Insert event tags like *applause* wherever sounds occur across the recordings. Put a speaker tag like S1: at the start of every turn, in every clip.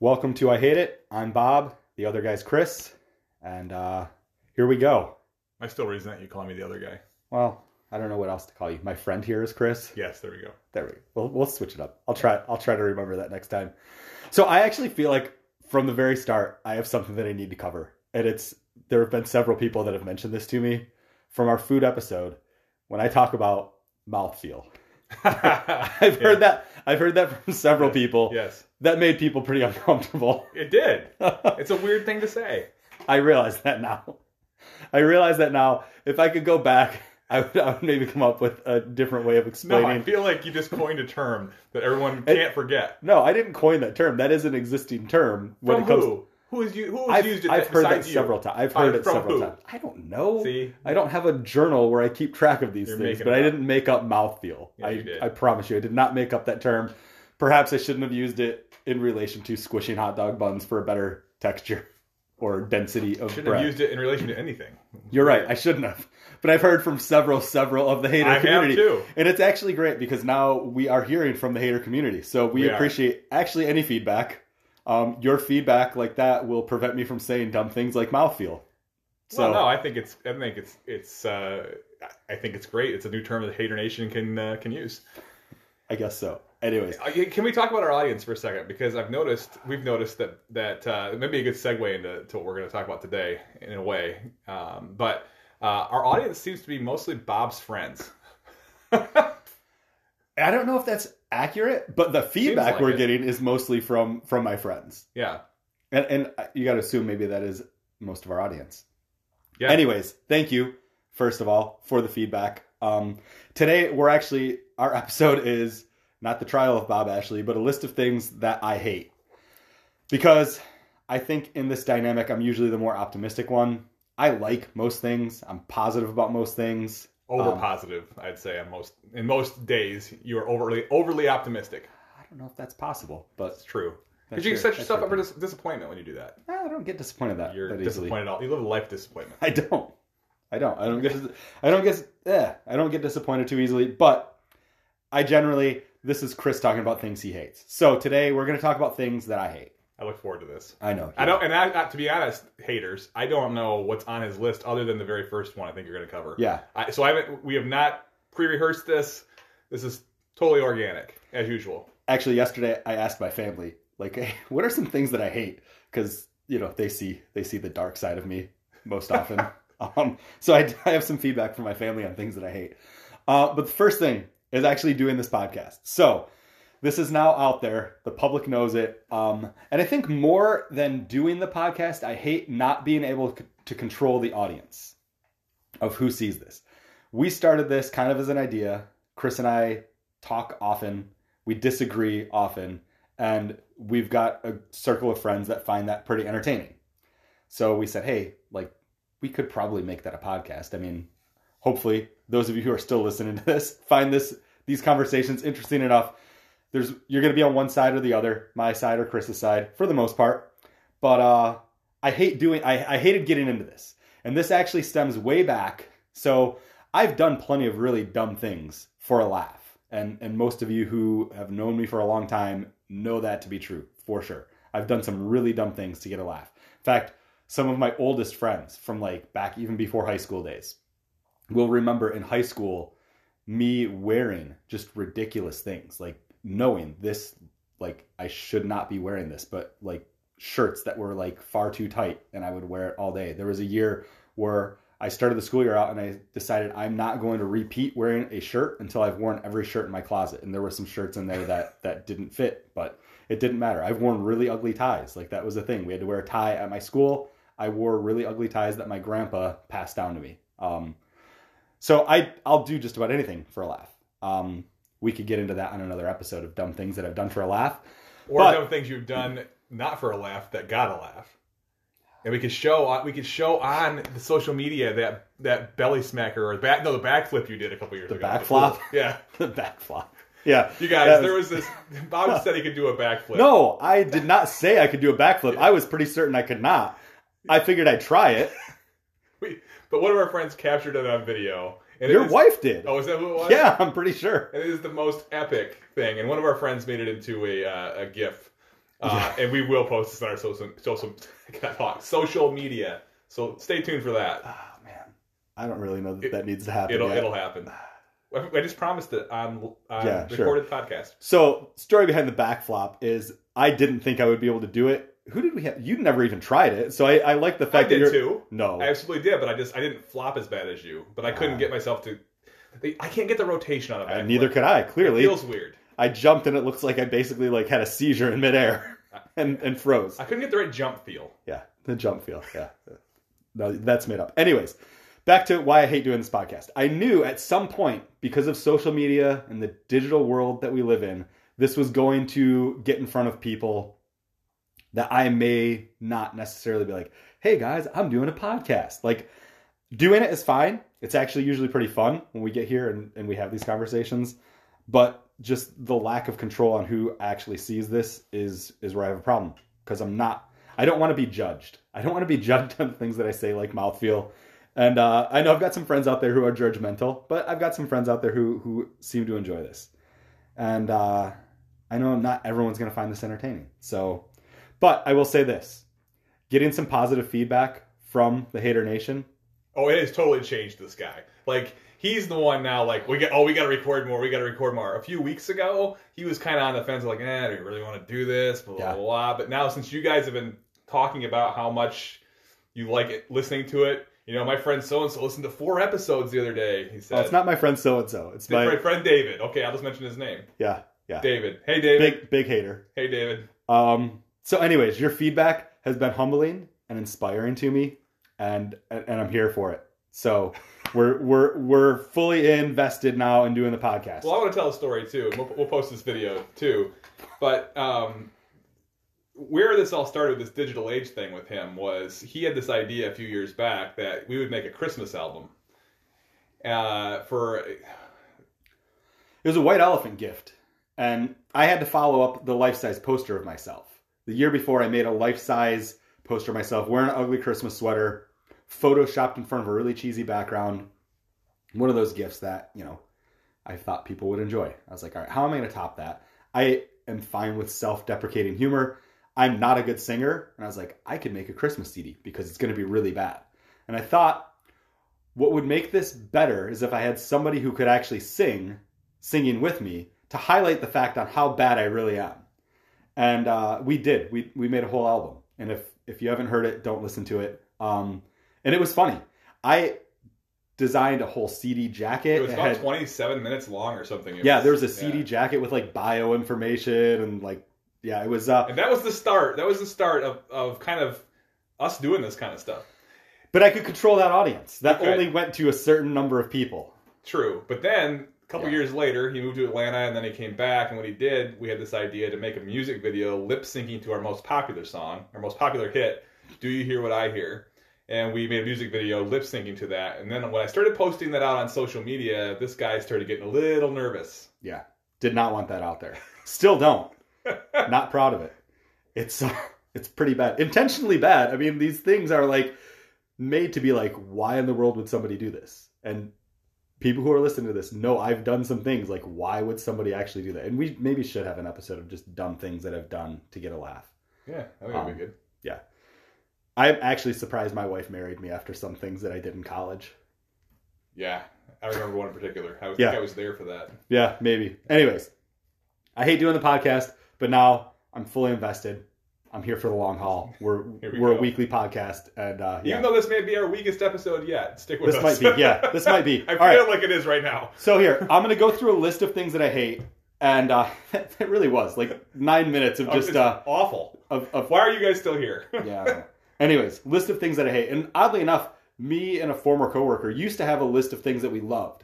S1: Welcome to I Hate It. I'm Bob. The other guy's Chris. And uh, here we go.
S2: I still resent you calling me the other guy.
S1: Well, I don't know what else to call you. My friend here is Chris.
S2: Yes, there we go.
S1: *laughs* There we go. We'll, we'll switch it up. I'll try. I'll try to remember that next time. So I actually feel like from the very start, I have something that I need to cover, and it's there have been several people that have mentioned this to me from our food episode when I talk about mouthfeel. *laughs* I've
S2: I've
S1: heard that. I've heard that from several
S2: Yeah.
S1: people.
S2: Yes,
S1: That made people pretty uncomfortable.
S2: it did. It's a weird thing to say.
S1: I realize that now. I realize that now. If I could go back, I would, I would maybe come up with a different way of
S2: No,
S1: explaining.
S2: I feel like you just coined a term that everyone
S1: It-
S2: can't forget.
S1: No, I didn't coin that term. That is an existing term when
S2: From
S1: it comes.
S2: who? Who is you? Who has
S1: I've,
S2: used it?
S1: I've heard that
S2: besides you?
S1: several times. I've heard
S2: Uh,
S1: it
S2: from
S1: several
S2: who?
S1: times. I don't know.
S2: See,
S1: I don't have a journal where I keep track of these
S2: You're
S1: things,
S2: making
S1: but
S2: it
S1: I
S2: up.
S1: didn't make up mouthfeel.
S2: Yeah,
S1: I,
S2: you did.
S1: I promise you, I did not make up that term. Perhaps I shouldn't have used it in relation to squishing hot dog buns for a better texture or density of
S2: shouldn't
S1: bread.
S2: have used it in relation to anything.
S1: You're right. I shouldn't have. But I've heard from several, several of the hater
S2: I have
S1: community.
S2: too.
S1: And it's actually great because now we are hearing from the hater community. So we,
S2: We are.
S1: appreciate actually any feedback. Um, your feedback like that will prevent me from saying dumb things like mouthfeel. So
S2: well, no, I think it's. I think it's. It's. Uh, I think it's great. It's a new term that Hater Nation can uh, can use.
S1: I guess so. Anyways,
S2: Uh, yeah, Can we talk about our audience for a second? Because I've noticed, we've noticed that that uh, maybe a good segue into to what we're going to talk about today, in a way. Um, but uh, our audience seems to be mostly Bob's friends.
S1: I don't know if that's accurate, but the feedback
S2: like
S1: we're
S2: it.
S1: getting is mostly from from my friends.
S2: Yeah,
S1: And, and you got to assume maybe that is most of our audience.
S2: yeah.
S1: Anyways, thank you first of all for the feedback. Um, today we're actually our *laughs* episode is not the trial of Bob Ashley, but a list of things that I hate because I think in this dynamic I'm usually the more optimistic one. I like most things. I'm positive about most things.
S2: over
S1: um,
S2: positive, I'd say. On most in most days, you are overly overly optimistic.
S1: I don't know if that's possible, but
S2: It's true
S1: that's
S2: because you
S1: your-
S2: can set
S1: that's
S2: yourself
S1: your
S2: up for dis- disappointment when you do that.
S1: I don't get disappointed that
S2: You're
S1: that easily.
S2: disappointed. All you live a life of disappointment.
S1: *laughs* I don't. I don't. I don't get. I don't get. Eh, I don't get disappointed too easily. But I generally, this is Chris talking about things he hates. So today we're going to talk about things that I hate.
S2: I look forward to this.
S1: I know.
S2: I don't, and I, to be honest, haters, I don't know what's on his list other than the very first one. I think you're going to cover.
S1: Yeah.
S2: I, so I haven't. We have not pre-rehearsed this. This is totally organic, as usual.
S1: Actually, yesterday I asked my family, like, hey, *laughs* what are some things that I hate? Because you know they see they see the dark side of me most often. um, so I, I have some feedback from my family on things that I hate. Uh, but the first thing is actually doing this podcast. So this is now out there. The public knows it. Um, and I think more than doing the podcast, I hate not being able c- to control the audience of who sees this. We started this kind of as an idea. Chris and I talk often, we disagree often, and we've got a circle of friends that find that pretty entertaining. So we said, hey, like, we could probably make that a podcast. I mean, hopefully, those of you who are still listening to this find this these conversations interesting enough there's you're going to be on one side or the other, my side or Chris's side for the most part. But uh, I hate doing. I, I hated getting into this, and this actually stems way back. So I've done plenty of really dumb things for a laugh, and and most of you who have known me for a long time know that to be true for sure. I've done some really dumb things to get a laugh. In fact, some of my oldest friends from like back even before high school days will remember in high school me wearing just ridiculous things like knowing this like i should not be wearing this but like shirts that were like far too tight and i would wear it all day there was a year where i started the school year out and i decided i'm not going to repeat wearing a shirt until i've worn every shirt in my closet and there were some shirts in there that *laughs* that didn't fit but it didn't matter i've worn really ugly ties like that was a thing we had to wear a tie at my school i wore really ugly ties that my grandpa passed down to me um so I I'll do just about anything for a laugh. Um, we could get into that on another episode of dumb things that I've done for a laugh. *laughs*
S2: Or
S1: But-
S2: some things you've done not for a laugh that got a laugh, and we could show on we could show on the social media that that belly smacker or back no the backflip you did a couple years
S1: The
S2: ago.
S1: backflop?
S2: Yeah,
S1: The backflop. Yeah,
S2: you guys.
S1: That
S2: there was this. Bob said he could do a
S1: *laughs*
S2: backflip.
S1: No, I did not say I could do a backflip. I was pretty certain I could not. I figured I'd try it.
S2: We, but one of our friends captured it on video. And it
S1: Your
S2: is-
S1: wife did.
S2: Oh, is that what it was?
S1: Yeah, I'm pretty sure.
S2: And it is the most epic thing. And one of our friends made it into a uh, a GIF Uh, And we will post this on our social social God, fuck, social *laughs* media. So stay tuned for that.
S1: Oh man, I don't really know that that needs to happen.
S2: It'll
S1: yet.
S2: it'll happen. I I just promised it on, on
S1: Yeah, sure.
S2: recorded podcast.
S1: So, story behind the backflop is I didn't think I would be able to do it. Who did we have? You never even tried it, so I, I like the
S2: I
S1: fact that you're
S2: did too.
S1: no.
S2: I absolutely did, but I just I didn't flop as bad as you. But I couldn't
S1: Ah.
S2: get myself to. they- I can't get the rotation out of
S1: Uh,
S2: it.
S1: neither could I. Clearly,
S2: feels weird.
S1: I jumped and it looks like I basically like had a seizure in midair *laughs* and and froze.
S2: I couldn't get the right jump feel.
S1: Yeah, the jump feel. Yeah, no, that's made up. Anyways, back to why I hate doing this podcast. I knew at some point because of social media and the digital world that we live in, this was going to get in front of people that I may not necessarily be like, "Hey guys, I'm doing a podcast." Like doing it is fine. It's actually usually pretty fun when we get here and, and we have these conversations. But just the lack of control on who actually sees this is is where I have a problem because I'm not. I don't want to be judged. I don't want to be *laughs* judged on things that I say like mouthfeel. And uh, I know I've got some friends out there who are judgmental, but I've got some friends out there who who seem to enjoy this. And uh, I know not everyone's going to find this entertaining. So, but I will say this: getting some positive feedback from the Hater Nation
S2: Oh, it has totally changed this guy. Like he's the one now. Like we got oh we got to record more. We got to record more. A few weeks ago he was kind of on the fence, like eh, do we really want to do this? Blah blah,
S1: Yeah.
S2: blah blah. But now since you guys have been talking about how much you like it, listening to it, you know my friend so and so listened to four episodes the other day. He said
S1: Oh, it's not my friend so and so. It's
S2: my
S1: my
S2: friend David. Okay, I'll just mention his name.
S1: yeah, yeah.
S2: David. Hey David.
S1: Big big hater.
S2: Hey David.
S1: Um so anyways, your feedback has been humbling and inspiring to me and and and I'm here for it. So we're we're we're fully invested now in doing the podcast.
S2: Well, I want to tell a story too. We'll, we'll post this video too. But um, where this all started, this digital age thing with him, was he had this idea a few years back that we would make a Christmas album. Uh, for
S1: It was a white elephant gift, and I had to follow up the life size poster of myself. The year before, I made a life size poster of myself wearing an ugly Christmas sweater, photoshopped in front of a really cheesy background. One of those gifts that, you know, I thought people would enjoy. I was like, all right, how am I going to top that? I am fine with self deprecating humor. I'm not a good singer. And I was like, I could make a Christmas CD because it's going to be really bad. And I thought, what would make this better is if I had somebody who could actually sing singing with me to highlight the fact on how bad I really am. And uh, we did. We we made a whole album. And if if you haven't heard it, don't listen to it. Um, and it was funny. I designed a whole CD jacket.
S2: it was
S1: had-
S2: about 27 minutes long or something. It
S1: yeah, there was a
S2: yeah.
S1: CD jacket with like bio information and like yeah, it was uh
S2: and that was the start. That was the start of, of kind of us doing this kind of stuff.
S1: but I could control that audience. That
S2: Okay.
S1: only went to a certain number of people.
S2: True, but then a couple
S1: Yeah.
S2: years later, he moved to Atlanta, and then he came back. And when he did, we had this idea to make a music video lip syncing to our most popular song, our most popular hit, "Do You Hear What I Hear?" And we made a music video lip syncing to that. And then when I started posting that out on social media, this guy started getting a little nervous.
S1: Did not want that out there. *laughs* Still
S2: *laughs*
S1: don't. not proud of it. It's uh, it's pretty bad. Intentionally bad. I mean, these things are like made to be like why in the world would somebody do this? And people who are listening to this know I've done some things like why would somebody actually do that? And we maybe should have an episode of just dumb things that I've done to get a laugh.
S2: Yeah, I think that'd
S1: Um,
S2: be good.
S1: I'm actually surprised my wife married me after some things that I did in college.
S2: Yeah, I remember one in particular. I was,
S1: Yeah.
S2: think I was there for that.
S1: Yeah, maybe. Anyways, I hate doing the podcast, but now I'm fully invested. I'm here for the long haul. We're
S2: *laughs* Here we
S1: we are
S2: go.
S1: a weekly podcast, and uh, yeah,
S2: Even though this may be our weakest episode yet, stick with
S1: this
S2: us.
S1: might
S2: *laughs*
S1: be yeah, this might be
S2: I
S1: all
S2: feel
S1: right.
S2: like it is right now.
S1: So here, I'm gonna go through a list of things that I hate, and uh, *laughs* it really was like nine minutes of just
S2: It's
S1: uh,
S2: awful.
S1: of, of
S2: Why are you guys still here?
S1: yeah. I don't know. Anyways, list of things that I hate, and oddly enough, me and a former coworker used to have a list of things that we loved,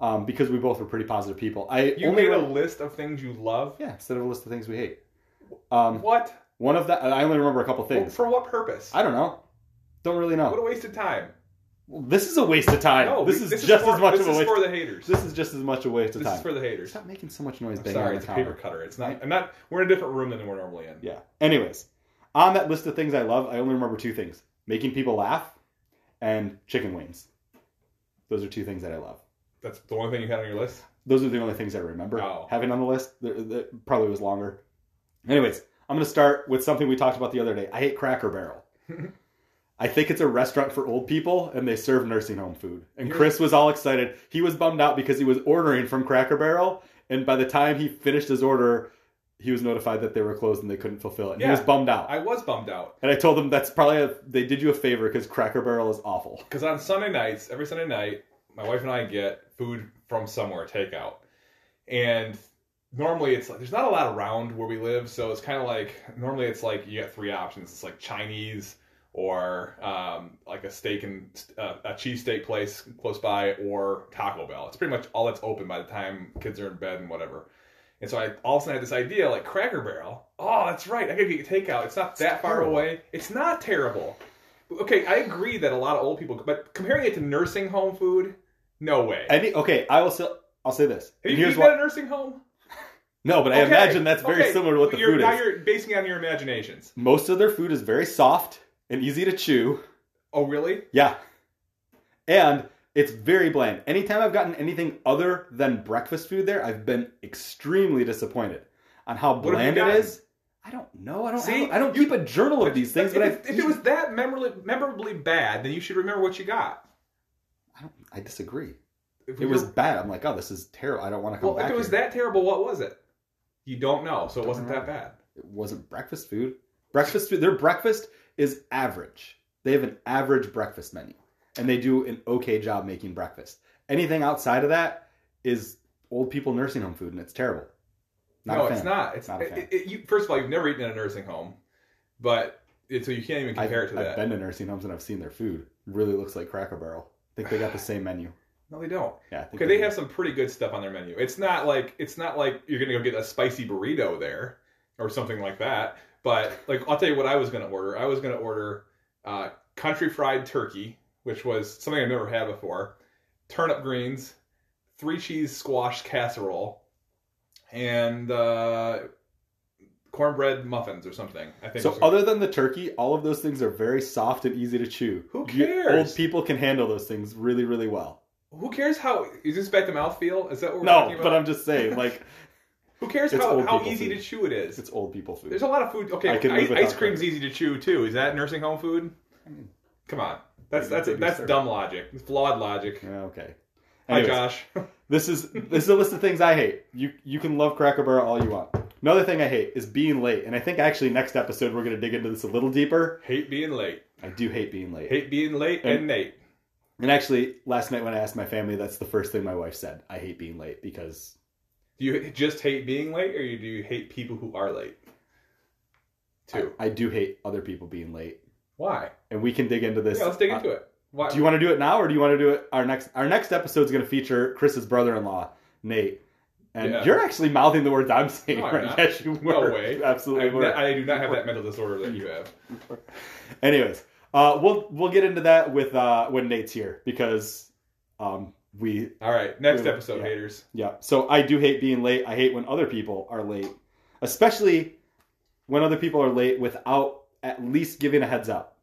S1: um, because we both were pretty positive people. I
S2: You
S1: only
S2: made a
S1: re-
S2: list of things you love.
S1: yeah, instead of a list of things we hate. Um,
S2: What?
S1: one of that I only remember a couple things.
S2: For what purpose?
S1: I don't know. Don't really
S2: What a
S1: know.
S2: waste of time.
S1: Well, This is a waste of time.
S2: No,
S1: this
S2: we-
S1: is just
S2: for,
S1: as much
S2: this
S1: of a
S2: is
S1: waste.
S2: for the haters. This,
S1: This is just as much a waste of
S2: is
S1: time.
S2: for the haters.
S1: Stop making so much noise.
S2: I'm
S1: banging
S2: sorry,
S1: on the
S2: it's a
S1: counter.
S2: paper cutter. It's not. I'm not. We're in a different room than we're normally in.
S1: Yeah. Anyways, on that list of things I love, I only remember two things: making people laugh and chicken wings. Those are two things that I love.
S2: That's the one thing you had on your list.
S1: Those are the only things I remember
S2: Oh.
S1: having on the list. There- there- probably was longer. Anyways, I'm going to start with something we talked about the other day. I hate Cracker
S2: *laughs*
S1: Barrel. I think it's a restaurant for old people and they serve nursing home food. And
S2: You're-
S1: Chris was all excited. He was bummed out because he was ordering from Cracker Barrel. And by the time he finished his order, he was notified that they were closed and they couldn't fulfill it. And
S2: Yeah.
S1: he was bummed out.
S2: I was bummed out
S1: and I told him that's probably a, they did you a favor because Cracker Barrel is awful.
S2: because on Sunday nights, every Sunday night, my wife and I get food from somewhere, takeout, and normally it's like there's not a lot around where we live, so it's kind of like normally it's like you get three options. It's like Chinese or um, like a steak and uh, a cheesesteak place close by, or Taco Bell. It's pretty much all that's open by the time kids are in bed and whatever. And so I all of a sudden had this idea like Cracker Barrel. Oh, that's right. I gotta get takeout. It's not that far
S1: terrible.
S2: away. It's not terrible. Okay, I agree that a lot of old people, but comparing it to nursing home food, no way.
S1: Any okay, I will say I'll say this.
S2: Have
S1: And
S2: you
S1: here's
S2: been
S1: why
S2: at a nursing home?
S1: No, but I
S2: Okay,
S1: imagine that's very
S2: okay,
S1: similar to what the
S2: you're,
S1: food
S2: now
S1: is.
S2: you're basing it on your imaginations.
S1: Most of their food is very soft and easy to chew.
S2: Oh, really?
S1: Yeah. And it's very bland. Anytime I've gotten anything other than breakfast food there, I've been extremely disappointed on how
S2: What have you
S1: bland it
S2: gotten?
S1: is. I don't know. I don't.
S2: See,
S1: have- I don't keep a journal of these things, but,
S2: if,
S1: I,
S2: if it was that memorably, memorably bad, then you should remember what you got.
S1: I, don't, I disagree.
S2: If
S1: It was
S2: you're-
S1: bad. I'm like, oh, this is terrible. I don't want to come
S2: well,
S1: back.
S2: if it was
S1: here.
S2: that terrible, what was it? You don't know, so it
S1: Don't
S2: wasn't that
S1: remember.
S2: bad.
S1: It wasn't breakfast food. Breakfast food. Their breakfast is average. They have an average breakfast menu, and they do an okay job making breakfast. Anything outside of that is old people nursing home food, and it's terrible. Not
S2: no,
S1: a fan.
S2: it's not. It's
S1: Not a fan.
S2: it- it- you, first of all, you've never eaten in a nursing home, but it, so you can't even compare it to
S1: I've
S2: that.
S1: been to nursing homes and I've seen their food. It really looks like Cracker Barrel. I think they got
S2: *sighs*
S1: the same menu.
S2: No, they don't.
S1: Yeah. I think
S2: Okay, they
S1: do.
S2: have some pretty good stuff on their menu. It's not like it's not like you're gonna go get a spicy burrito there or something like that. But like I'll tell you what I was gonna order. I was gonna order uh, country fried turkey, which was something I've never had before. Turnip greens, three cheese squash casserole, and uh, cornbread muffins or something. I think.
S1: So
S2: it was-
S1: other than the turkey, all of those things are very soft and easy to chew.
S2: Who
S1: You-
S2: cares?
S1: Old people can handle those things really, really well.
S2: who cares how is this back to mouthfeel? Is that what we're
S1: No,
S2: talking about?
S1: but I'm just saying,
S2: *laughs*
S1: like,
S2: who cares
S1: it's
S2: how,
S1: old
S2: how
S1: people
S2: easy
S1: food.
S2: to chew it is?
S1: it's old people food.
S2: There's a lot of food. Okay,
S1: I can
S2: ice,
S1: live without
S2: ice cream's easy to chew too. Is that nursing home food? Come on, that's
S1: Maybe-
S2: that's
S1: maybe
S2: that's
S1: so.
S2: dumb logic. It's flawed logic.
S1: Yeah, okay.
S2: Hi,
S1: Anyways,
S2: Josh.
S1: this is this is a list of things I hate. You you can love Cracker Barrel all you want. Another thing I hate is being late, and I think actually next episode we're going to dig into this a little deeper.
S2: hate being late.
S1: I do hate being late.
S2: Hate being late
S1: And-
S2: and, Nate.
S1: And actually, last night when I asked my family, that's the first thing my wife said. I hate being late because
S2: Do you just hate being late, or you do you hate people who are late? Two.
S1: I do hate other people being late.
S2: Why?
S1: And we can dig into this.
S2: Yeah, let's dig
S1: Uh,
S2: into it. Why?
S1: do you want to do it now, or do you want to do it our next? Our next episode is going to feature Chris's brother-in-law, Nate. And
S2: Yeah.
S1: you're actually mouthing the words I'm saying
S2: No, I'm
S1: right *laughs*
S2: not.
S1: Yes, you were.
S2: No way.
S1: You
S2: I,
S1: Absolutely
S2: have
S1: were.
S2: not- I do
S1: *laughs*
S2: not have that mental disorder that you have.
S1: Anyways, uh, we'll we'll get into that with uh, when Nate's here because um, we
S2: All right, next
S1: Yeah.
S2: episode, haters.
S1: Yeah. So I do hate being late. I hate when other people are late, especially when other people are late without at least giving a heads up.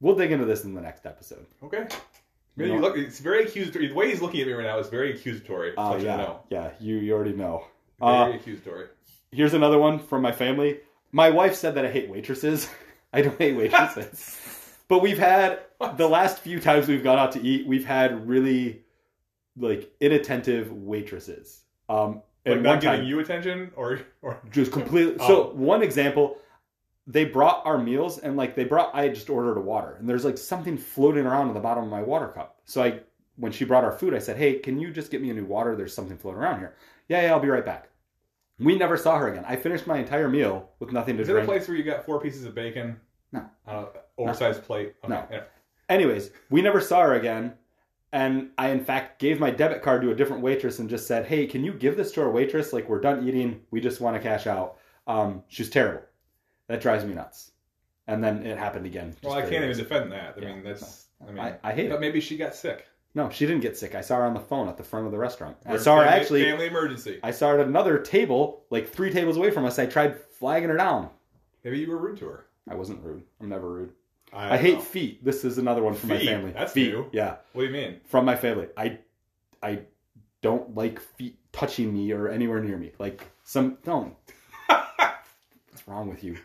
S1: We'll dig into this in the next episode.
S2: Okay.
S1: You
S2: Man, you
S1: know-
S2: look, it's very accusatory. The way he's looking at me right now is very accusatory.
S1: Oh
S2: Let you
S1: yeah,
S2: know.
S1: yeah. You you already know.
S2: Very
S1: Uh,
S2: accusatory.
S1: Here's another one from my family. My wife said that I hate waitresses. *laughs* I don't hate waitresses. but we've had the last few times we've gone out to eat, we've had really like inattentive waitresses. Um,
S2: Like
S1: and
S2: not
S1: one
S2: giving
S1: time,
S2: you attention, or *laughs* or
S1: just completely.
S2: Oh.
S1: So one example, they brought our meals and like they brought. I had just ordered a water and there's like something floating around in the bottom of my water cup. So I, when she brought our food, I said, "Hey, can you just get me a new water? There's something floating around here." Yeah, yeah, I'll be right back. We never saw her again. I finished my entire meal with nothing to
S2: Is it a
S1: drink.
S2: place where you got four pieces of bacon?
S1: No.
S2: On an oversized plate? Okay.
S1: No.
S2: yeah.
S1: Anyways, we never saw her again. And I, in fact, gave my debit card to a different waitress and just said, Hey, can you give this to our waitress? Like, we're done eating. We just want to cash out. Um, she's terrible. That drives me nuts. And then it happened again.
S2: Well,
S1: Just
S2: I can't
S1: very-
S2: even defend that. I
S1: Yeah.
S2: mean, that's. I mean,
S1: I, I hate
S2: but
S1: it.
S2: maybe she got sick.
S1: No, she didn't get sick. I saw her on the phone at the front of the restaurant. I
S2: There's
S1: saw her
S2: family-
S1: actually.
S2: Family emergency.
S1: I saw her at another table, like three tables away from us. I tried flagging her down.
S2: Maybe you were rude to her.
S1: I wasn't rude. I'm never rude.
S2: I,
S1: I,
S2: don't
S1: hate
S2: know.
S1: feet. This is another one from my
S2: Feet?
S1: family.
S2: That's
S1: feet.
S2: new.
S1: Yeah.
S2: What do you mean?
S1: from my family. I I
S2: *laughs*
S1: don't like feet touching me or anywhere near me. Like some don't. What's wrong with you?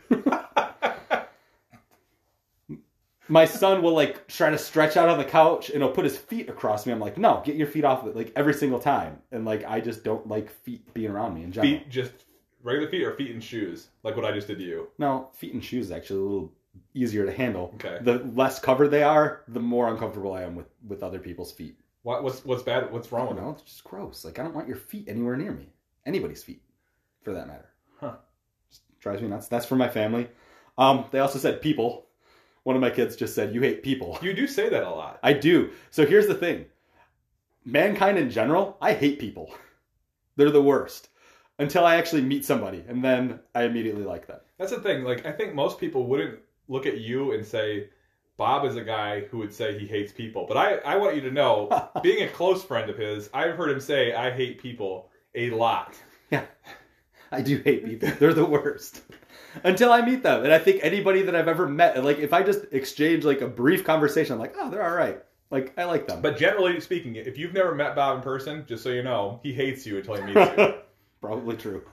S1: My son will like try to stretch out on the couch and he'll put his feet across me. I'm like, no, get your feet off of it, like every single time. And like, I just don't like feet being around me in general.
S2: Feet, just regular feet or feet in shoes, like what I just did to you.
S1: No, feet and shoes is actually a little easier to handle.
S2: Okay.
S1: The less covered they are, the more uncomfortable I am with with other people's feet.
S2: What, what's what's bad? What's
S1: I
S2: wrong
S1: don't
S2: with
S1: know. It's just gross. Like I don't want your feet anywhere near me. Anybody's feet, for that matter.
S2: Huh.
S1: Just drives me nuts. That's for my family. Um, they also said people. One of my kids just said, "You hate people." *laughs*
S2: You do say that a lot.
S1: I do. So here's the thing. Mankind in general, I hate people. They're the worst. Until I actually meet somebody, and then I immediately like them.
S2: That's the thing. Like I think most people wouldn't look at you and say Bob is a guy who would say he hates people. But I I want you to know, being a close friend of his, I've heard him say I hate people a lot.
S1: I do hate people. *laughs* They're the worst. Until I meet them. And I think anybody that I've ever met, like if I just exchange like a brief conversation, I'm like, oh, they're all right. Like I like them.
S2: But generally speaking, if you've never met Bob in person, just so you know, he hates you
S1: *laughs*
S2: until he meets *laughs* you.
S1: Probably true.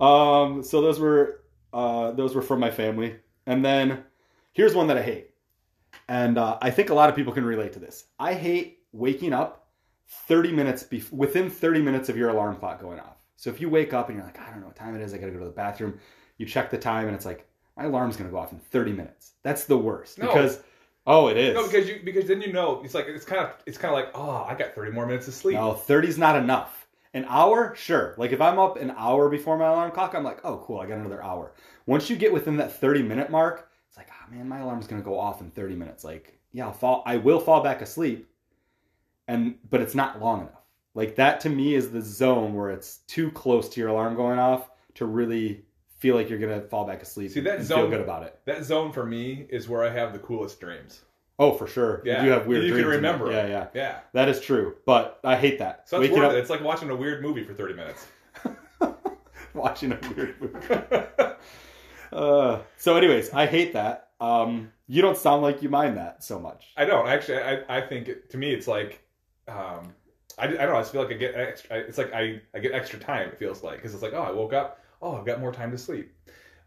S1: um, so those were uh, those were from my family. And then here's one that I hate. And uh, I think a lot of people can relate to this. I hate waking up 30 minutes bef- within 30 minutes of your alarm clock going off. So if you wake up and you're like, I don't know what time it is, I gotta go to the bathroom. You check the time and it's like, my alarm's gonna go off in 30 minutes. That's the worst
S2: No.
S1: because oh, it is.
S2: No, because you because then you know it's like it's kind of it's kind of like oh I got thirty more minutes of sleep.
S1: No, 30's not enough. An hour, sure. Like if I'm up an hour before my alarm clock, I'm like, oh, cool, I got another hour. Once you get within that 30 minute mark, it's like, oh man, my alarm's gonna go off in 30 minutes. Like, yeah, I'll fall. I will fall back asleep, and but it's not long enough. Like that to me is the zone where it's too close to your alarm going off to really feel like you're gonna fall back asleep.
S2: See, that
S1: and
S2: zone-
S1: feel good about it.
S2: That zone for me is where I have the coolest dreams.
S1: Oh, for sure.
S2: Yeah,
S1: you do have weird.
S2: you can
S1: dreams in there.
S2: remember
S1: Yeah,
S2: 'em.
S1: yeah,
S2: Yeah,
S1: that is true. But I hate that.
S2: so that's
S1: Waking
S2: worth
S1: up
S2: it. It's like watching a weird movie for thirty minutes.
S1: *laughs* watching a weird movie. Uh, so, anyways, I hate that. Um, you don't sound like you mind that so much.
S2: I don't actually. I I think it, to me it's like, um, I, I don't know. I just feel like I get extra. It's like I I get extra time. It feels like because it's like oh I woke up oh I've got more time to sleep,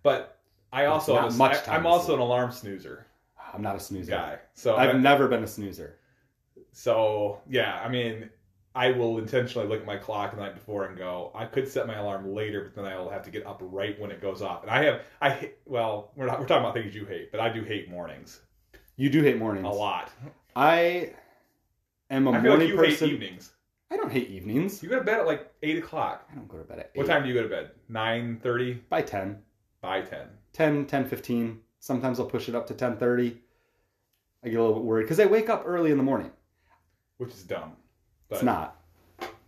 S2: but I also
S1: Not
S2: am a-
S1: much
S2: I-
S1: time
S2: I'm
S1: to
S2: also
S1: sleep.
S2: an alarm snoozer
S1: I'm not a snoozer.
S2: guy. So
S1: I've
S2: I-
S1: never been a snoozer.
S2: so yeah. I mean. I will intentionally look at my clock the night before and go. I could set my alarm later, but then I will have to get up right when it goes off. And I have, I ha- well, we're not we're talking about things you hate, but I do hate mornings
S1: You do hate mornings
S2: a lot.
S1: I am a
S2: I feel like
S1: morning
S2: you
S1: person.
S2: hate evenings.
S1: I don't hate evenings.
S2: You go to bed at like eight o'clock.
S1: I don't go to bed at
S2: What
S1: eight.
S2: time do you go to bed? Nine thirty
S1: By 10.
S2: by ten.
S1: 10, 10, 15. Sometimes I'll push it up to 10.30. I get a little bit worried because I wake up early in the morning.
S2: Which is dumb. But
S1: It's not.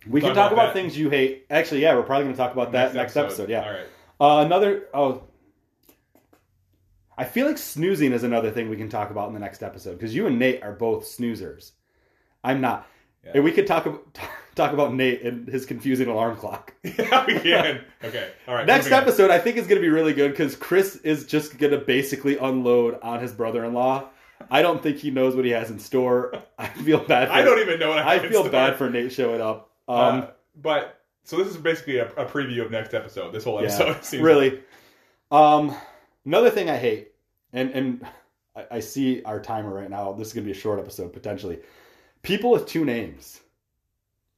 S1: We
S2: Talk
S1: can talk
S2: about
S1: about
S2: that.
S1: things you hate. Actually, yeah, we're probably going to talk about that next episode. Yeah.
S2: All right.
S1: Uh, another oh, I feel like snoozing is another thing we can talk about in the next episode because you and Nate are both snoozers. I'm not,
S2: Yeah.
S1: and we could talk about, *laughs* talk about Nate and his confusing alarm clock.
S2: *laughs* Yeah, we can. Okay. All right.
S1: next
S2: moving on.
S1: episode, I think is going to be really good because Chris is just going to basically unload on his brother-in-law. I don't think he knows what he has in store. I feel bad. For,
S2: I don't even know what I,
S1: I
S2: have in
S1: feel
S2: store.
S1: bad for Nate showing up. Um,
S2: Uh, but so this is basically a, a preview of next episode. This whole
S1: Yeah,
S2: episode *laughs* seems
S1: really. Um, another thing I hate, and and I, I see our timer right now. This is gonna be a short episode potentially. People with two names,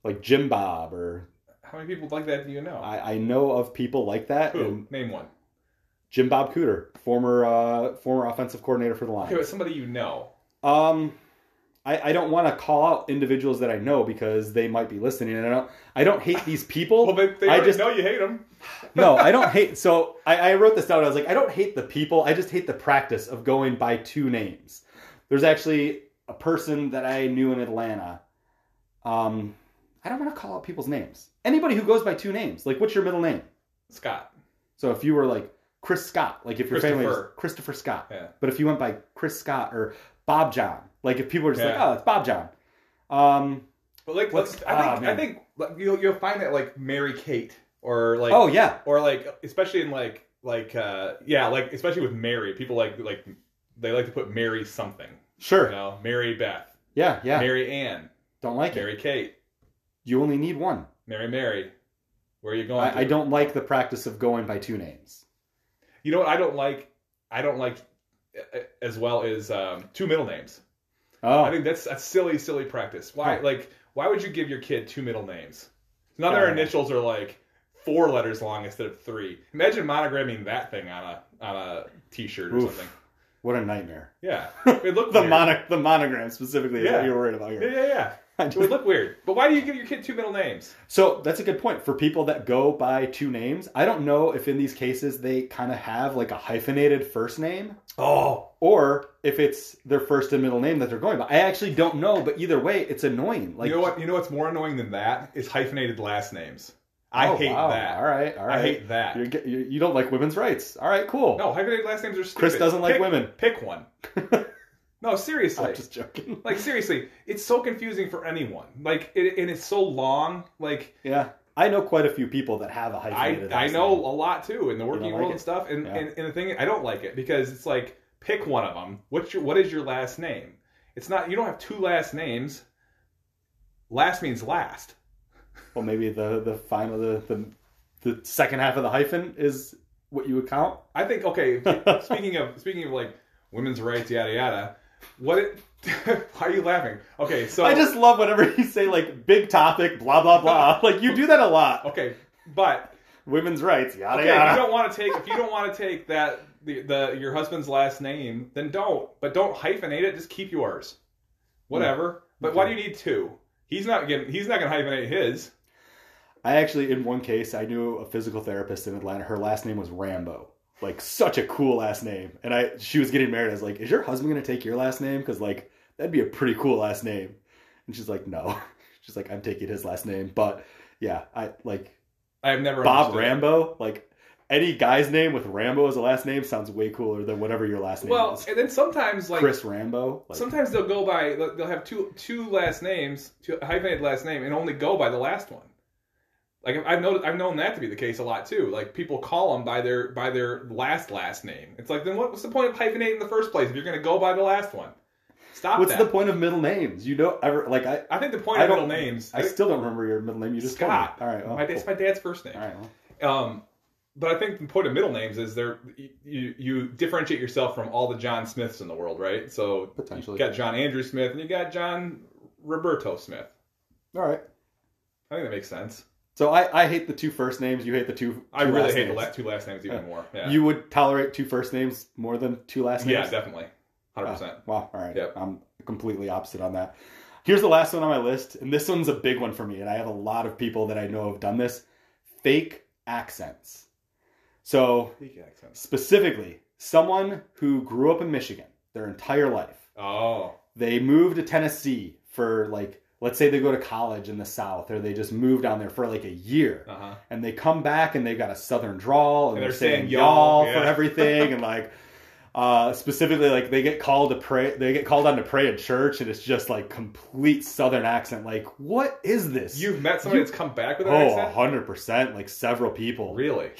S1: like Jim Bob, or
S2: How many people like that do you know?
S1: I, I know of people like that.
S2: Who?
S1: and
S2: Name one.
S1: Jim Bob Cooter, former uh, former offensive coordinator for the
S2: Okay,
S1: Lions.
S2: but somebody you know.
S1: Um, I, I don't want to call out individuals that I know because they might be listening, and I don't I don't hate these people.
S2: Well, they, they
S1: I
S2: already
S1: just
S2: know you hate them.
S1: no, I don't hate. So I, I wrote this down. I was like, I don't hate the people. I just hate the practice of going by two names. There's actually a person that I knew in Atlanta. Um, I don't want to call out people's names. Anybody who goes by two names, like, what's your middle name?
S2: Scott.
S1: So if you were like Chris Scott, like if your family was
S2: Christopher.
S1: Christopher Scott,
S2: Yeah.
S1: but if you went by Chris Scott or Bob John, like if people were just like,
S2: Yeah.
S1: oh, it's Bob John. Um,
S2: But like,
S1: What's-
S2: let's- I
S1: ah,
S2: think, I
S1: man.
S2: think like, you'll you'll find that like Mary Kate or like
S1: oh yeah,
S2: or like especially in like like uh yeah like especially with mary people like like they like to put mary something you
S1: sure, yeah,
S2: know mary beth
S1: yeah.
S2: mary ann
S1: Don't like it.
S2: mary kate
S1: You only need one.
S2: mary mary where are you going
S1: I, I
S2: to?
S1: don't like the practice of going by two names.
S2: You know what I don't like? I don't like uh, as well is um, two middle names.
S1: Oh,
S2: I think that's a silly, silly practice. Why?
S1: Right.
S2: Like, why would you give your kid two middle names? Now their
S1: Yeah.
S2: initials are like four letters long instead of three. Imagine monogramming that thing on a on a t-shirt or
S1: Oof.
S2: something.
S1: what a
S2: *laughs*
S1: nightmare. *laughs*
S2: Yeah, it looked
S1: The
S2: weird.
S1: mono, the monogram specifically is
S2: Yeah.
S1: what you're worried about
S2: Yeah,
S1: here.
S2: yeah, yeah.
S1: *laughs* I
S2: It
S1: do-
S2: would look weird. But why do you give your kid two middle names?
S1: So that's a good point for people that go by two names. I don't know if in these cases they kind of have like a hyphenated first name
S2: Oh,
S1: or if it's their first and middle name that they're going by. I actually don't know, but either way, it's annoying. Like
S2: you know what? You know what's more annoying than that is hyphenated last names. I
S1: Oh,
S2: hate
S1: wow.
S2: that.
S1: All right, all right.
S2: I hate that.
S1: You're, get- you you don't like women's rights. All right, cool.
S2: No, hyphenated last names are stupid.
S1: Chris doesn't like
S2: Pick-
S1: women.
S2: Pick one.
S1: *laughs*
S2: no, seriously.
S1: I'm just joking.
S2: Like seriously, it's so confusing for anyone. Like, it, and it's so long. Like,
S1: Yeah, I know quite a few people that have a
S2: I
S1: hyphenated.
S2: I
S1: last
S2: know
S1: name.
S2: a lot too in the working
S1: like
S2: world and
S1: it?
S2: stuff. And,
S1: Yeah.
S2: and and the thing I don't like it because it's like pick one of them. What's your what is your last name? It's not you don't have two last names. Last means last.
S1: Well, maybe the the final the, the the second half of the hyphen is what you would count.
S2: I
S1: *laughs*
S2: think okay. Speaking of speaking of like women's rights, yada yada. What? It, *laughs* why are you laughing? Okay, so
S1: I just love whenever *laughs* you say like big topic, blah blah
S2: *laughs*
S1: blah. like you do that a lot.
S2: okay, but
S1: Women's rights, yada
S2: okay, if you
S1: yada.
S2: don't want to take if you don't want to take that the, the your husband's last name, then don't. But don't hyphenate it. Just keep yours. Whatever. But why do
S1: Hmm. Okay.
S2: you need two? He's not getting. He's not going to hyphenate his.
S1: I actually, in one case, I knew a physical therapist in Atlanta. Her last name was Rambo. Like such a cool last name. And I, she was getting married. I was like, "Is your husband gonna take your last name? Because like that'd be a pretty cool last name." And she's like, "No." *laughs* She's like, "I'm taking his last name." But yeah, I like
S2: I have never
S1: Bob
S2: understood.
S1: Rambo. Like any guy's name with Rambo as a last name sounds way cooler than whatever your last name
S2: Well,
S1: is.
S2: and then sometimes like
S1: Chris Rambo. Like,
S2: sometimes they'll go by they'll they'll have two two last names, two hyphenated last name, and only go by the last one. Like I've known I've known that to be the case a lot too. Like people call them by their by their last last name. It's like then what, what's the point of hyphenating in the first place if you're going to go by the last one? Stop
S1: what's
S2: that.
S1: the point of middle names? You don't ever like I.
S2: I think the point
S1: I
S2: of middle
S1: don't-
S2: names.
S1: I oh. still don't remember your middle name. You just
S2: Scott.
S1: Told me. All right. well,
S2: my, it's my dad's first name.
S1: cool. All right. well.
S2: Um, but I think the point of middle names is there you you differentiate yourself from all the John Smiths in the world, right? So
S1: Potentially.
S2: you got John Andrew Smith and you got John Roberto Smith.
S1: All right.
S2: I think that makes sense.
S1: So I, I hate the two first names. You hate the two.
S2: I
S1: two
S2: really
S1: last
S2: hate
S1: names.
S2: the last two last names
S1: *laughs*
S2: even more. Yeah,
S1: You would tolerate two first names more than two last names.
S2: yeah, definitely, hundred percent.
S1: Oh, wow. All right.
S2: Yep.
S1: I'm completely opposite on that. Here's the last one on my list, and this one's a big one for me, and I have a lot of people that I know have done this. Fake accents. So specifically, someone who grew up in Michigan their entire life,
S2: Oh,
S1: they move to Tennessee for like, let's say they go to college in the South, or they just move down there for like a year
S2: uh huh.
S1: and they come back and they've got a southern drawl and,
S2: And
S1: they're,
S2: they're
S1: saying
S2: saying
S1: y'all
S2: y'all,
S1: for
S2: yeah. *laughs*
S1: everything and like uh, specifically like they get called to pray they get called on to pray at church and it's just like complete southern accent like what is this
S2: You've met somebody
S1: You-
S2: that's come back with that
S1: oh
S2: accent?
S1: 100% like several people
S2: Really?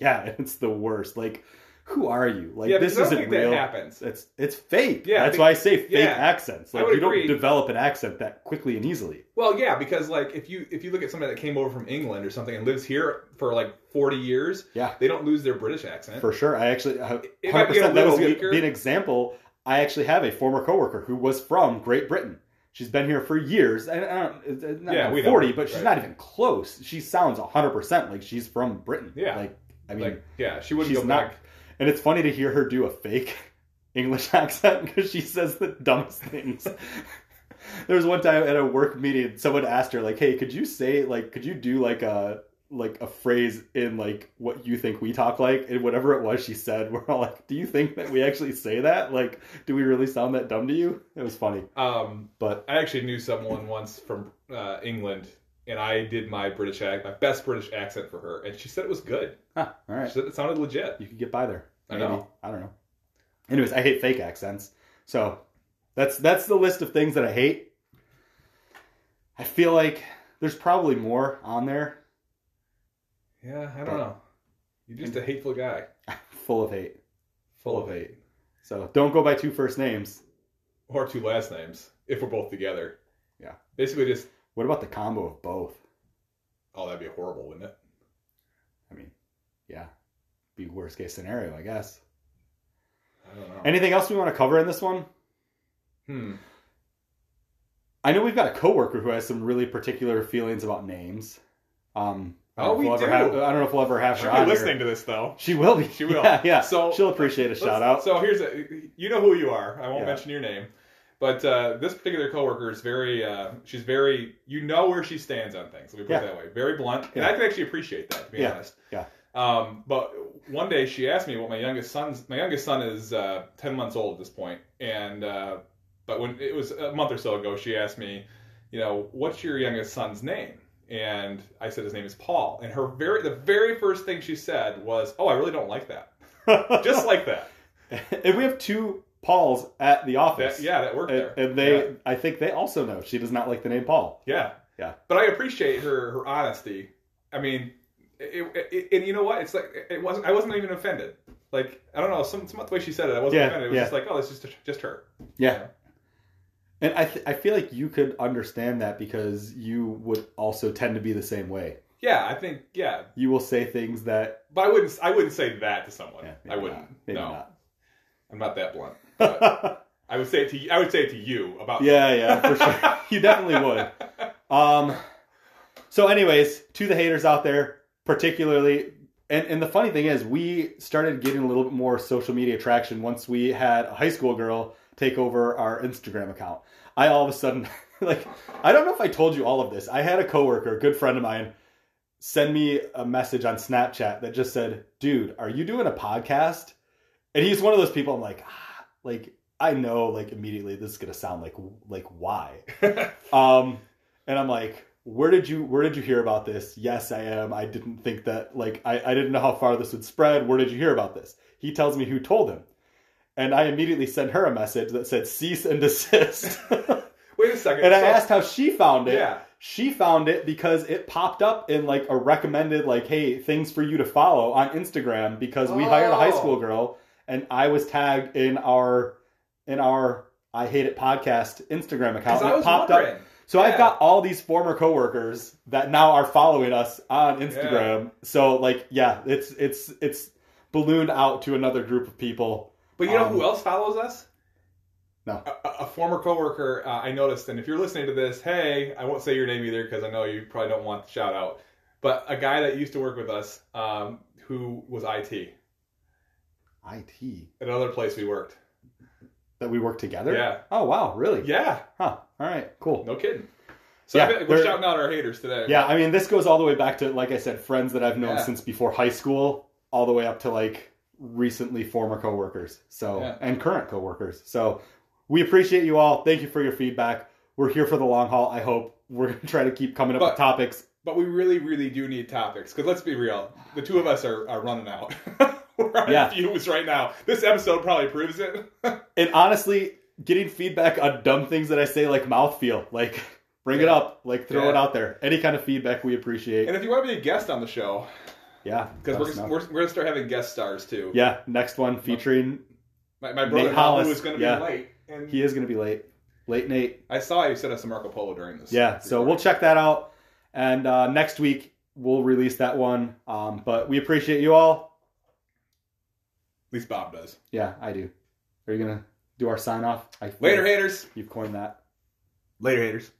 S1: yeah *laughs* it's the worst like who are you like
S2: yeah,
S1: this
S2: because I
S1: isn't
S2: don't think
S1: real
S2: that happens.
S1: it's it's fake
S2: Yeah, I
S1: that's
S2: think-
S1: why i say fake
S2: yeah.
S1: accents
S2: I
S1: like
S2: would
S1: you don't
S2: agree.
S1: develop an accent that quickly and easily
S2: Well, yeah, because like if you if you look at somebody that came over from England or something and lives here for like forty years,
S1: yeah
S2: they don't lose their British accent.
S1: For sure. I actually, uh, 100
S2: It might be a
S1: percent that
S2: little
S1: was going
S2: weaker.
S1: to be an example. I actually have a former coworker who was from Great Britain. She's been here for years. I, I don't, it's- it's not
S2: Yeah,
S1: even
S2: we know.
S1: 40, but she's
S2: Right.
S1: not even close. She sounds 100% like she's from Britain.
S2: Yeah.
S1: Like, I mean,
S2: like yeah, she wouldn't
S1: she's
S2: go
S1: not.
S2: back.
S1: And it's funny to hear her do a fake *laughs* English accent because she says the dumbest things. *laughs* there was one time at a work meeting, someone asked her, like, "Hey, could you say like, could you do like a like a phrase in like what you think we talk like?" And whatever it was she said, *laughs* we're all like, "Do you think that we actually say that? Like, do we really sound that dumb to you?" It was funny,
S2: Um,
S1: but
S2: I actually knew someone once from uh, England, and I did my British act, my best British accent for her, and she said it was good.
S1: huh, all right.
S2: She said it sounded legit.
S1: you could get by there.
S2: I
S1: Maybe.
S2: know.
S1: I don't know. Anyways, I hate fake accents. So that's that's the list of things that I hate. I feel like there's probably more on there *laughs*
S2: Yeah, I don't know. You're just a hateful guy,
S1: full of hate.
S2: full of hate,
S1: So don't go by two first names.
S2: or two last names if we're both together.
S1: Yeah.
S2: Basically, just
S1: What about the combo of both?
S2: oh, that'd be horrible, wouldn't it?
S1: I mean, yeah. be worst case scenario, I guess.
S2: I don't know.
S1: Anything else we want to cover in this one?
S2: hmm.
S1: I know we've got a coworker who has some really particular feelings about names. Um, I don't know
S2: Oh,
S1: if
S2: we
S1: we'll ever
S2: do.
S1: have- I don't know if we'll ever have her
S2: She'll
S1: on
S2: be
S1: here.
S2: listening to this though.
S1: She will be.
S2: She will.
S1: *laughs* Yeah, yeah.
S2: So-
S1: she'll appreciate a shout
S2: Let's-
S1: out.
S2: So here's a you know who you are. I won't
S1: Yeah.
S2: mention your name, but uh, this particular coworker is very. Uh, she's very. You know where she stands on things. Let me put
S1: Yeah.
S2: it that way. Very blunt, and
S1: Yeah.
S2: I can actually appreciate that. To be
S1: Yeah.
S2: honest.
S1: Yeah.
S2: Um, but one day she asked me what my youngest son's. My youngest son is uh, ten months old at this point, and uh, but when it was a month or so ago, she asked me, you know, what's your youngest son's name? And I said his name is Paul. And her very the very first thing she said was, "Oh, I really don't like that." Just like that.
S1: *laughs* and we have two Pauls at the office.
S2: That, yeah, that worked
S1: And,
S2: there.
S1: and they,
S2: Yeah.
S1: I think they also know she does not like the name Paul.
S2: yeah,
S1: Yeah.
S2: But I appreciate her her honesty. I mean, it, it, and you know what? It's like it wasn't. I wasn't even offended. Like I don't know some some the way she said it. I wasn't
S1: Yeah,
S2: offended. It was
S1: yeah.
S2: just like, oh, this is just just her.
S1: Yeah. And I, th- I feel like you could understand that because you would also tend to be the same way.
S2: Yeah, I think yeah,
S1: You will say things that
S2: but I wouldn't I wouldn't say that to someone.
S1: yeah,
S2: I
S1: maybe
S2: wouldn't.
S1: not. Maybe
S2: no,
S1: not.
S2: I'm not that blunt.
S1: *laughs*
S2: But I would say it to you- I would say it to you about *laughs*
S1: yeah, yeah, for sure. you definitely would. Um, so, anyways, to the haters out there, particularly, and, and the funny thing is, we started getting a little bit more social media traction once we had a high school girl take over our Instagram account. I all of a sudden, *laughs* like, I don't know if I told you all of this. I had a coworker, a good friend of mine, send me a message on Snapchat that just said, "Dude, are you doing a podcast?" And he's one of those people. I'm like, ah, like I know, like immediately this is gonna sound like like why, um, and I'm like, where did you where did you hear about this? Yes, I am. I didn't think that like I, I didn't know how far this would spread. Where did you hear about this? He tells me who told him. And I immediately sent her a message that said cease and desist. *laughs* and
S2: Wait a second.
S1: I
S2: so-
S1: asked how she found it.
S2: Yeah.
S1: She found it because it popped up in like a recommended like, hey, things for you to follow on Instagram because we hired a high
S2: Oh.
S1: school girl and I was tagged in our in our I hate it podcast Instagram account.
S2: Because
S1: and
S2: I
S1: it
S2: was
S1: popped up
S2: wondering.
S1: so I've
S2: Yeah.
S1: got all these former coworkers that now are following us on Instagram. So like, yeah, it's it's it's ballooned out to another group of people.
S2: But you know
S1: Um,
S2: who else follows us?
S1: No.
S2: A, a- a former coworker uh, I noticed, and if you're listening to this, hey, I won't say your name either because I know you probably don't want the shout out. But a guy that used to work with us, um, who was IT
S1: It
S2: at another place we worked.
S1: that we work together.
S2: Yeah.
S1: Oh wow, really?
S2: Yeah,
S1: Huh. All right. Cool.
S2: no kidding. So
S1: Yeah,
S2: I bet we're
S1: they're-
S2: shouting out our haters today.
S1: Yeah, I mean, this goes all the way back to like I said, friends that I've known
S2: Yeah.
S1: since before high school, all the way up to like recently former coworkers. So
S2: Yeah.
S1: and current coworkers. So we appreciate you all. Thank you for your feedback. We're here for the long haul. I hope we're gonna try to keep coming up
S2: But-
S1: with topics.
S2: But we really, really do need topics because let's be real, the two of us are, are running out. *laughs* we're on
S1: Yeah.
S2: views right now. This episode probably proves it.
S1: And honestly, getting feedback on dumb things that I say, like mouthfeel, like bring it
S2: Yeah.
S1: up, like throw it
S2: Yeah.
S1: out there. Any kind of feedback we appreciate.
S2: and if you want to be a guest on the show,
S1: yeah,
S2: because
S1: let us
S2: we're,
S1: know.
S2: we're, we're going to start having guest stars too.
S1: yeah. Next one featuring
S2: My, my
S1: Nate
S2: brother Hollis, who
S1: Hollis,
S2: is going to be
S1: yeah.
S2: late, and
S1: he is going to be late, late Nate.
S2: I saw you sent us a Marco Polo during this.
S1: Yeah, so we'll
S2: recording.
S1: check that out. And uh, next week we'll release that one. Um, but we appreciate you all.
S2: At least Bob does.
S1: Yeah, I do. Are you gonna do our sign off? I
S2: Later, haters.
S1: You've coined that.
S2: Later, haters.